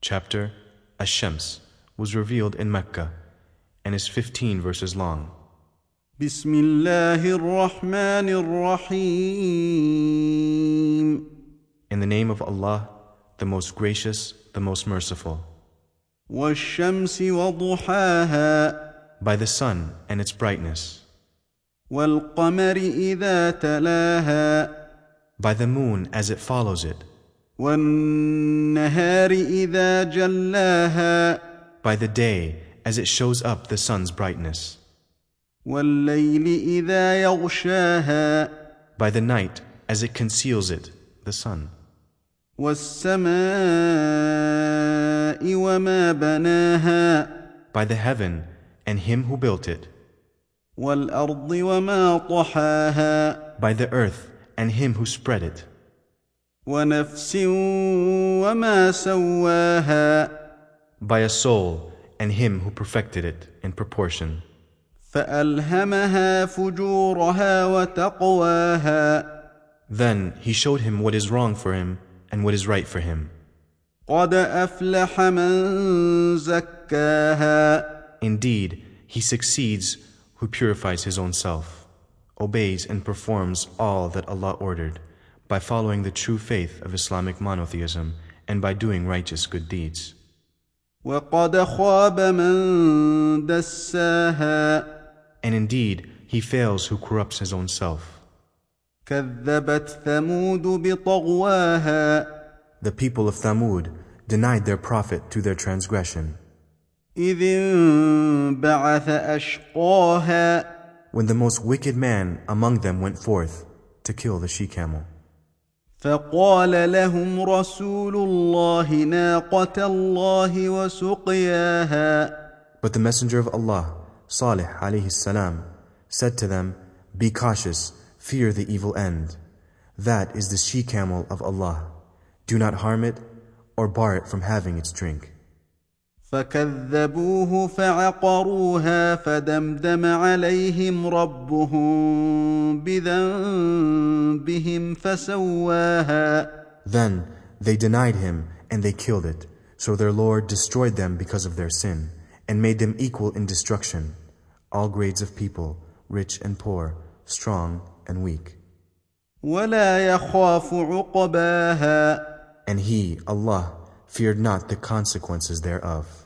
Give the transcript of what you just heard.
Chapter Ash-Shams was revealed in Mecca and is 15 verses long. بسم الله الرحمن الرحيم In the name of Allah, the most gracious, the most merciful, والشمس وضحاها by the sun and its brightness, والقمر إذا تلاها by the moon as it follows it, والنهار إذا جلاها by the day as it shows up the sun's brightness, والليل إذا يغشاها by the night as it conceals it, the sun, والسماء وما بناها by the heaven and him who built it, والأرض وما طحاها by the earth and him who spread it, ونفس وما سواها by a soul and him who perfected it in proportion. فألهمها فجورها وتقواها Then he showed him what is wrong for him and what is right for him. قد أفلح من زكاها Indeed, he succeeds who purifies his own self, obeys and performs all that Allah ordered, by following the true faith of Islamic monotheism and by doing righteous good deeds. وقد خاب من دساها And indeed, he fails who corrupts his own self. كذبت ثمود بطغواها The people of Thamud denied their prophet through their transgression. إذ انبعث أشقاها When the most wicked man among them went forth to kill the she camel, فقال لهم رسول الله ناقة الله وسقياها But the Messenger of Allah, Salih alayhi salam, said to them, Be cautious, fear the evil end. That is the she camel of Allah. Do not harm it or bar it from having its drink. فكذبوه فعقروها فدمدم عليهم ربهم بذنبهم فسواها Then they denied him and they killed it. So their Lord destroyed them because of their sin and made them equal in destruction. All grades of people, rich and poor, strong and weak. ولا يخاف عقباها And he, Allah, feared not the consequences thereof.